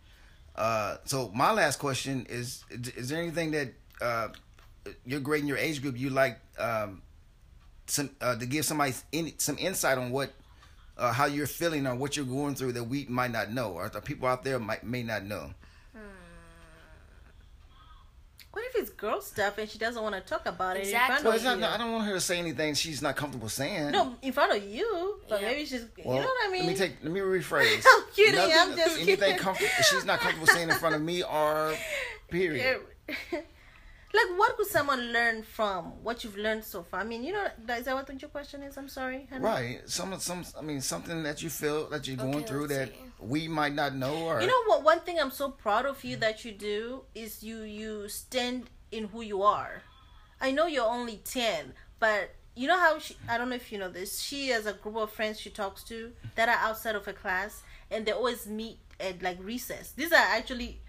A: Uh, so my last question is: Is there anything that uh, your grade and your age group you like um, some uh, to give somebody in, some insight on what uh, how you're feeling or what you're going through that we might not know or the people out there might may not know?
B: What if it's girl stuff and she doesn't want to talk about it
C: Exactly.
B: in
A: Well,
B: front
A: it's
B: of
A: not,
B: you?
A: I don't want her to say anything she's not comfortable saying.
B: no, in front of you, but
C: Yeah.
B: maybe she's.
A: Well,
B: you know what I mean?
A: Let me take. Let me rephrase.
B: I'm kidding, I'm just
A: anything
B: kidding.
A: comfortable. She's not comfortable saying in front of me or period.
B: like, what could someone learn from what you've learned so far? I mean, you know, is that what your question is? I'm sorry. honey?
A: Right. Some. Some. I mean, something that you feel that you're going
C: Okay,
A: through that
C: let's see.
A: we might not know or.
B: You know what? One thing I'm so proud of you that you do is you you stand in who you are. I know you're only ten, but you know how she. I don't know if you know this. She has a group of friends she talks to that are outside of her class, and they always meet at like recess. These are actually.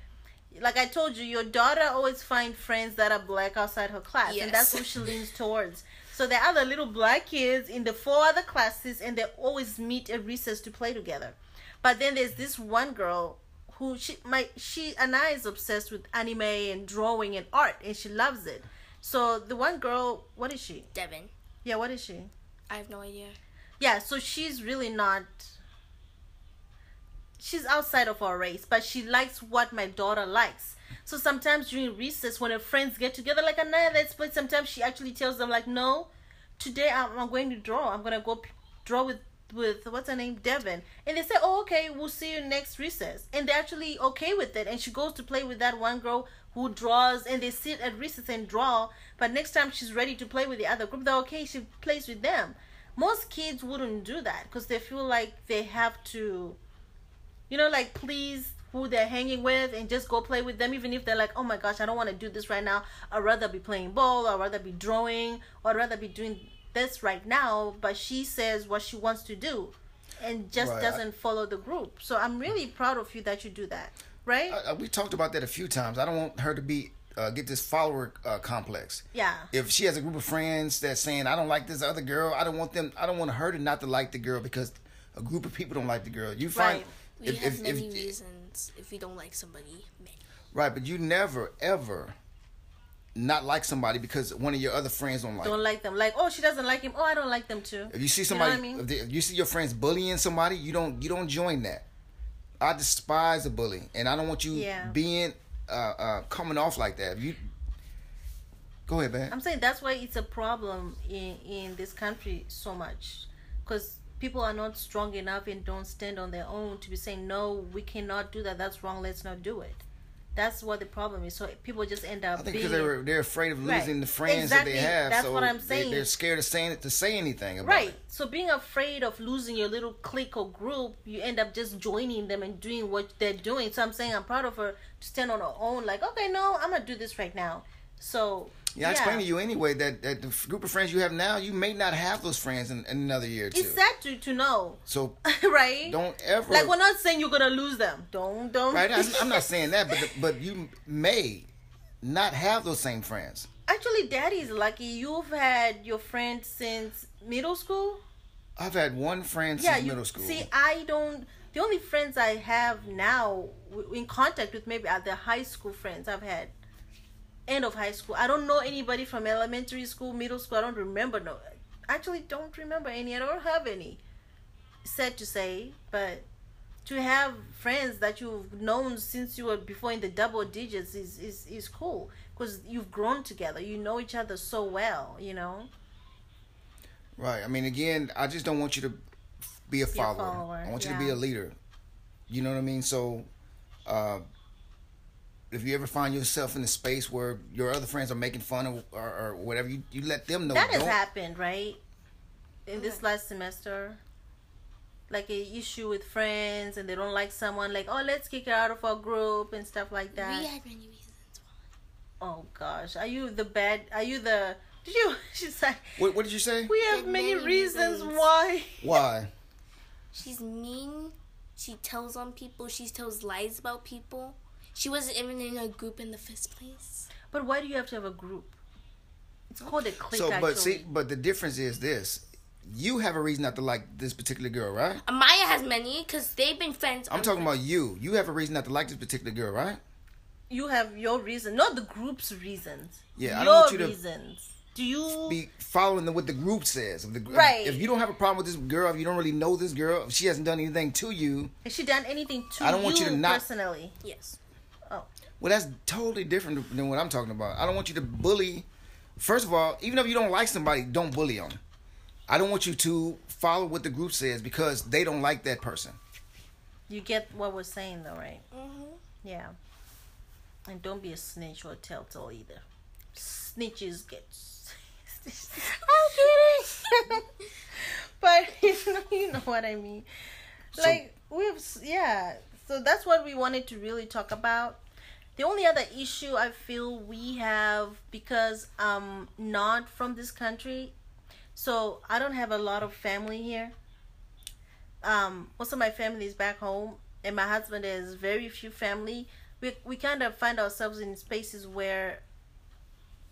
B: Like I told you, your daughter always find friends that are black outside her class, and that's
C: Yes.
B: who she leans towards. So there are the little black kids in the four other classes, and they always meet at recess to play together. But then there's this one girl who she my she and I is obsessed with anime and drawing and art, and she loves it. So the one girl, what is she?
C: Devin,
B: Yeah, what is she?
C: I have no idea.
B: Yeah, so she's really not. She's outside of our race, but she likes what my daughter likes. So sometimes during recess, when her friends get together, like another, let's play. Sometimes she actually tells them, like, no, today I'm, I'm going to draw. I'm gonna go p- draw with with what's her name, Devin. And they say, oh, okay, we'll see you next recess. And they're actually okay with it. And she goes to play with that one girl who draws and they sit at recess and draw but next time she's ready to play with the other group they're okay she plays with them most kids wouldn't do that because they feel like they have to you know like please who they're hanging with and just go play with them even if they're like oh my gosh i don't want to do this right now i'd rather be playing ball i'd rather be drawing or i'd rather be doing this right now but she says what she wants to do and just
A: Right, I-
B: doesn't follow the group so i'm really proud of you that you do that right
A: Uh, uh, we talked about that a few times. I don't want her to be uh, get this follower uh, complex.
B: yeah
A: If she has a group of friends that's saying I don't like this other girl, I don't want them. I don't want her to not to like the girl because a group of people don't like the girl. You find
B: Right.
C: We
A: if,
C: have
A: if,
C: many
A: if,
C: reasons if we don't like somebody. Many.
A: right, but you never ever not like somebody because one of your other friends don't like.
B: don't
A: them.
B: like them like oh she doesn't like him oh i don't like them too
A: If you see
B: know what I
A: somebody,
B: mean?
A: if, they- if you see your friends bullying somebody, you don't you don't join that. I despise a bully, and I don't want you
B: Yeah.
A: being uh, uh, coming off like that. If you go ahead, man.
B: I'm saying that's why it's a problem in in this country so much, because people are not strong enough and don't stand on their own to be saying no, we cannot do that. That's wrong. Let's not do it. That's what the problem is. So people just end up
A: I think
B: being
A: because they're they're afraid of
B: Right.
A: losing the friends that
B: Exactly.
A: they have.
B: That's
A: so
B: what I'm saying.
A: They, are scared of saying to say anything about
B: right.
A: it.
B: So being afraid of losing your little clique or group, you end up just joining them and doing what they're doing. So I'm saying I'm proud of her to stand on her own. Like okay, no, I'm gonna do this right now. So
A: Yeah, I explained to you anyway that, that the f- group of friends you have now, you may not have those friends in, in another year or two.
B: It's sad to to know,
A: so
B: right?
A: don't ever.
B: Like we're not saying you're gonna lose them. Don't don't.
A: right? I'm, I'm not saying that, but the, but you may not have those same friends.
B: Actually, Daddy's lucky. You've had your friend since middle school.
A: I've had one friend
B: yeah,
A: since
B: you
A: middle school.
B: see, I don't. The only friends I have now w- in contact with maybe are the high school friends I've had. End of high school. I don't know anybody from elementary school, middle school. I don't remember no. Actually, don't remember any. I don't have any. Sad to say, but to have friends that you've known since you were before in the double digits is is is cool because you've grown together. You know each other so well. You know.
A: Right. I mean, again, I just don't want you to be a follower.
B: follower,
A: I want you to
B: yeah.
A: be a leader. You know what I mean? So, uh, if you ever find yourself in a space where your other friends are making fun of or, or whatever, you, you let them know.
B: that has
A: Oh, Don't-
B: happened right in this last semester like a issue with friends and they don't like someone like oh let's kick her out of our group and stuff like that
C: We had many reasons why.
B: oh gosh are you the bad are you the did you she's like
A: What, what did you say?
B: we have
C: There are
B: many,
C: many
B: reasons,
C: reasons.
B: why
A: Why?
C: She's mean. She tells on people. She tells lies about people. She wasn't even in a group in the first place.
B: but why do you have to have a group it's called a clique
A: So,
B: actually
A: but see, but the difference is this: you have a reason not to like this particular girl, right?
C: Amaya has many because they've been friends.
A: I'm talking about you. You have a reason not to like this particular girl, right?
B: you have your reason not the group's reasons
A: Yeah,
B: your
A: I don't want you to-
B: reasons do you
A: be following the, what the group says. If the,
B: Right.
A: If you don't have a problem with this girl, if you don't really know this girl, if she hasn't done anything to you,
B: has she done anything to
A: I don't want you to not-
B: personally
C: Yes.
B: oh
A: well, that's totally different than what I'm talking about. I don't want you to bully. First of all, even if you don't like somebody, don't bully them. I don't want you to follow what the group says because they don't like that person.
B: You get what we're saying, though, right?
C: Mm-hmm.
B: Yeah. And don't be a snitch or a telltale either. Snitches get. I'm kidding. but you know, you know what I mean. like we've s- yeah. So that's what we wanted to really talk about. The only other issue I feel we have because I'm not from this country, so I don't have a lot of family here. Um, most of my family is back home, and my husband has very few family. We we kind of find ourselves in spaces where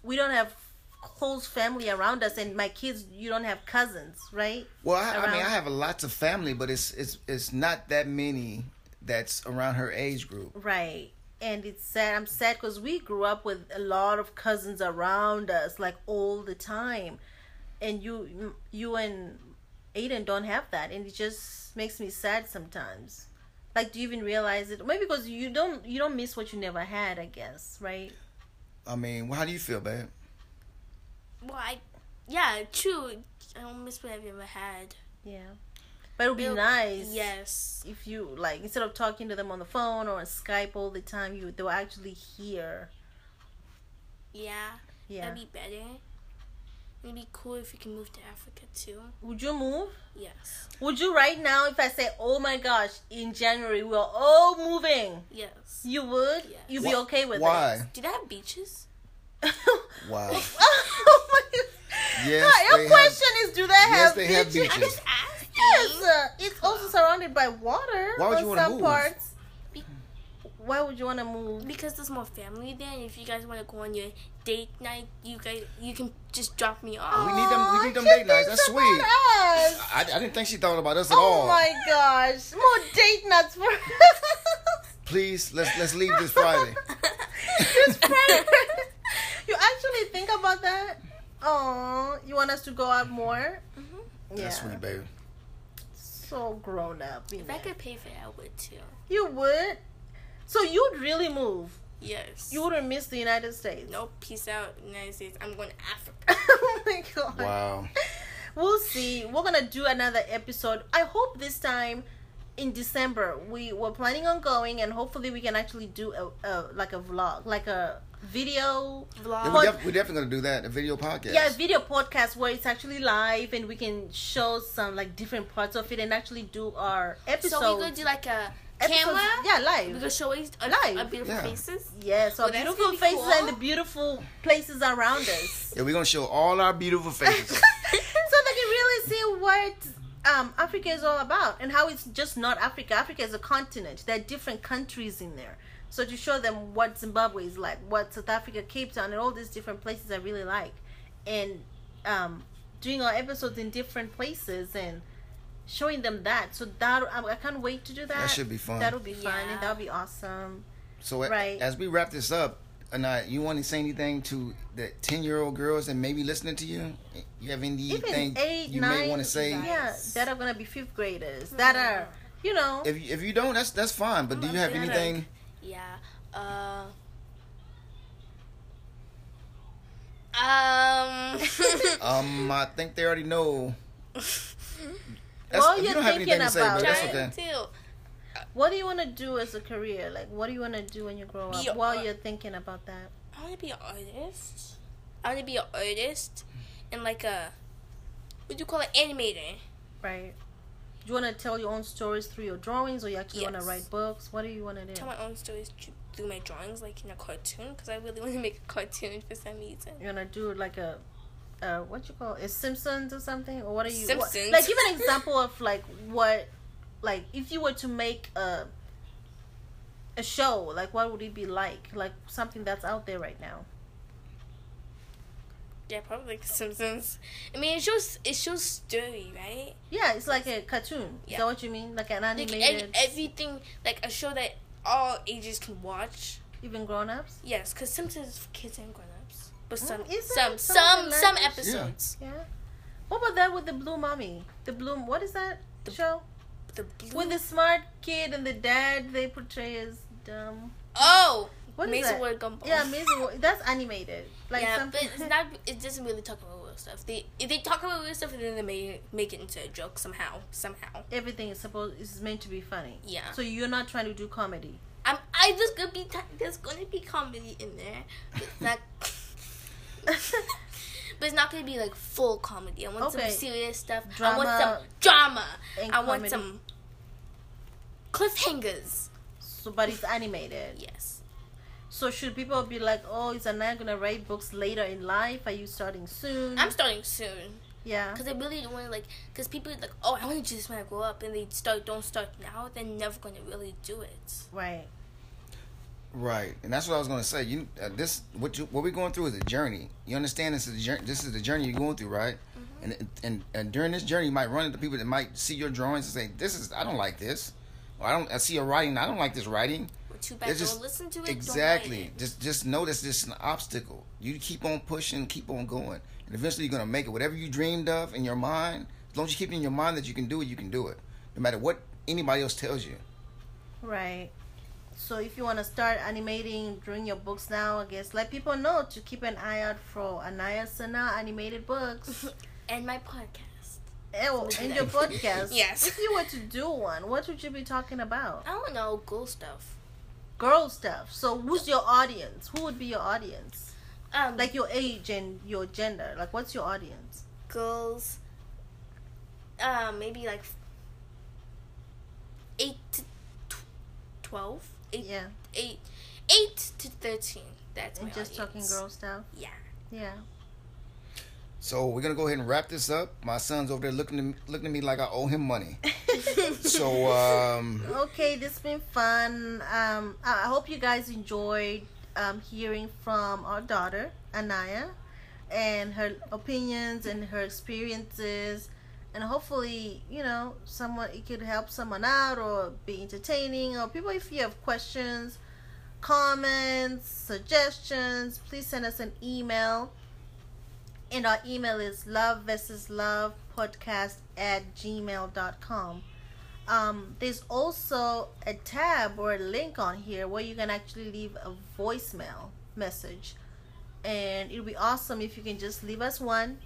B: we don't have close family around us, and my kids, you don't have cousins, right?
A: Well, I, I mean,
B: Around-
A: I have a lots of family, but it's it's it's not that many that's around her age group.
B: Right. And it's sad. I'm sad because we grew up with a lot of cousins around us, like all the time. And you, you and Aiden don't have that, and it just makes me sad sometimes. Like, do you even realize it? Maybe because you don't, you don't miss what you never had. I guess, right?
A: I mean, well, how do you feel, babe?
C: Well, I. Yeah, true. I don't miss what I've ever had.
B: Yeah. But it would be
C: It'll-
B: nice.
C: Yes.
B: If you like, instead of talking to them on the phone or on Skype all the time, you they were actually here
C: Yeah,
B: Yeah.
C: that'd be better. It'd be cool if you can move to Africa too.
B: Would you move?
C: Yes,
B: Would you right now if I say, oh my gosh, in January we're all moving?
C: yes.
B: You would?
C: Yes.
B: You'd be
A: Wh-
B: okay with
A: Why?
C: Do they have beaches?
B: it?
A: Wow.
B: oh my
A: Yes,
B: no,
A: they
B: your
A: have-
B: question is do they
A: Yes,
B: have
A: they have
C: I
A: beaches.
C: just asked.
B: Yes, uh, it's also surrounded by water
A: Why would
B: on
A: you wanna
B: some
A: move?
B: parts.
C: Be-
B: Why would you want to move?
C: Because there's more family there, and if you guys want to go on your date night, you guys you can just drop me off.
A: We need them- we
B: Aw,
A: need them
B: you
A: date nights.
B: think
A: That's
B: about
A: sweet.
B: us.
A: I, I didn't think she thought about us at
B: Oh
A: all.
B: my gosh, more date nights for us.
A: Please, let's let's leave this Friday.
B: This Friday. you actually think about that? Oh, you want us to go out more?
C: Mhm.
B: Yeah.
A: That's sweet, baby.
B: So grown up. you
C: If I
B: know.
C: could pay for it, I would too.
B: You would? So you'd really move.
C: Yes.
B: You wouldn't miss the United States.
C: No, peace out, United States. I'm going to Africa.
B: oh my god.
A: Wow.
B: We'll see. We're gonna do another episode. I hope this time in December we were planning on going and hopefully we can actually do a, a like a vlog, like a video
A: Yeah,
C: Vlog.
A: we're,
B: Pod-
A: def- we're definitely gonna do that. A video podcast.
B: yeah video podcast where it's actually live and we can show some like different parts of it and actually do our episode
C: so we could do like a
B: episodes-
C: camera.
B: yeah
C: We
B: live
C: could show us our,
B: Live.
C: our beautiful
A: Yeah.
C: faces.
B: yeah so
C: Oh, that's
B: beautiful
C: gonna be
B: faces
C: cool.
B: and the beautiful places around us
A: Yeah, we're gonna show all our beautiful
B: so
A: faces.
B: they can really see what um, Africa is all about and how it's just not Africa. Africa is a continent. There are different countries in there. So to show them what Zimbabwe is like, what South Africa, Cape Town, and all these different places I really like, and um, doing our episodes in different places and showing them that. So that um, I, I can't wait to do that.
A: that should be fun.
B: That'll be fun
C: Yeah.
B: and that'll be awesome.
A: So a-
B: Right.
A: as we wrap this up, Anaya, you want to say anything to the ten-year-old girls that may be listening to you? You have anything
B: Even eight,
A: you
B: nine,
A: may want to say?
B: yeah, that are gonna be fifth graders. That are, you know,
A: If you, if you don't, that's that's fine. But do you have
C: Yeah.
A: anything?
C: Yeah. Uh. Um.
A: Um, I think they already know. That's,
B: Well,
A: if you
B: you're
A: don't have anything
B: thinking
A: to say,
B: about
A: but that's
C: trying
A: okay.
C: to.
B: What do you want to do as a career? Like, what do you want to do when you grow up?
C: Be a-
B: While you're thinking about that,
C: I want to be an artist. I want to be an artist and like a. What do you call it? Animator.
B: right? Do you want to tell your own stories through your drawings, or you actually want
C: Yes.
B: to write books? What do you want to do?
C: Tell my own stories tr- through my drawings, like in a cartoon, because I really want to make a cartoon for some reason.
B: You want to do like a, uh, what you call it, Simpsons or something, or what are you? what-
C: Simpsons.
B: like, give an example of like what, like if you were to make a, a show, like what would it be like? Like something that's out there right now.
C: Yeah, probably like Simpsons. I mean, it shows it shows story, right?
B: Yeah, it's like a cartoon. Is
C: Yeah.
B: that what you mean? Like an
C: Like
B: animated,
C: ev- everything, like a show that all ages can watch.
B: even grown-ups.
C: Yes, because Simpsons is for kids and grown-ups, but
B: Mm,
C: some
B: is it?
C: some
B: Some
C: some
B: of the
C: some
B: language?
C: episodes.
B: Yeah. What about that with the blue mommy? The blue, what is that
C: The-
B: show?
C: The blue.
B: With the smart kid and the dad they portray as dumb.
C: oh,
B: What is
C: Mason
B: that?
C: Word Gumball.
B: Yeah, amazing. Wo- That's animated. Like
C: yeah,
B: something.
C: but it's not. It doesn't really talk about real stuff. They if they talk about real stuff, and then they make make it into a joke somehow. Somehow.
B: Everything is supposed is meant to be funny.
C: Yeah.
B: So you're not trying to do comedy.
C: I'm. I just gonna be. T- there's gonna be comedy in there. But it's not. but it's not gonna be like full comedy. I want
B: Okay.
C: some serious stuff. I want
B: Drama
C: some drama.
B: and
C: I want
B: comedy.
C: some cliffhangers.
B: So, but it's animated.
C: Yes.
B: So should people be like, oh, is Anaya gonna write books later in life? Are you starting soon?
C: I'm starting soon
B: yeah.
C: because I really want to like because people are like oh I want to do this when I grow up and they start don't start now they're never gonna really do it.
B: Right.
A: Right, and that's what I was gonna say. You uh, this what you what we're going through is a journey. You understand this is a journey. This is the journey you're going through, right?
C: Mm-hmm.
A: And, and and during this journey, you might run into people that might see your drawings and say, "This is I don't like this." Or I don't. I see your writing. I don't like this writing.
C: We're too bad.
A: It's
C: Don't
A: just-
C: listen to it.
A: exactly.
C: Don't write it.
A: Just just know that's just an obstacle. You keep on pushing, keep on going, and eventually you're gonna make it. Whatever you dreamed of in your mind, as long as you keep it in your mind that you can do it, you can do it, no matter what anybody else tells you.
B: Right. So if you want to start animating, doing your books now, I guess let people know to keep an eye out for Anaya Sana animated books
C: And my podcast.
B: Eh, well, and your podcast.
C: Yes.
B: If you were to do one, what would you be talking about?
C: I don't know cool stuff.
B: Girl stuff. So who's your audience? Who would be your audience?
C: Um,
B: Like your age and your gender. Like, what's your audience?
C: girls, um, maybe like eight to tw- twelve. Eight,
B: Yeah,
C: eight, eight to thirteen. That's my
B: and just talking
C: audience.
B: girl stuff.
C: Yeah.
B: Yeah.
A: So we're gonna go ahead and wrap this up. My son's over there looking at me, looking at me like I owe him money. So um,
B: okay this has been fun um i I hope you guys enjoyed um hearing from our daughter anaya and her opinions and her experiences and hopefully you know someone it could help someone out or be entertaining or people if you have questions comments suggestions please send us an email and our email is love versus love podcast at gmail.com um, there's also a tab or a link on here where you can actually leave a voicemail message and it'll be awesome if you can just leave us one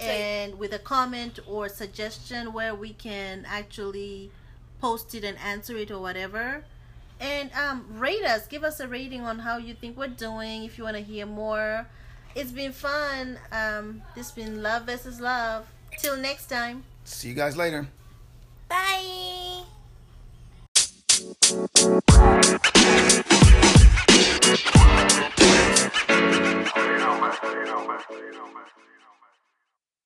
C: Okay.
B: and with a comment or suggestion where we can actually post it and answer it or whatever and um, rate us give us a rating on how you think we're doing if you want to hear more it's been fun um, this has been love versus love till next time
A: see you guys later.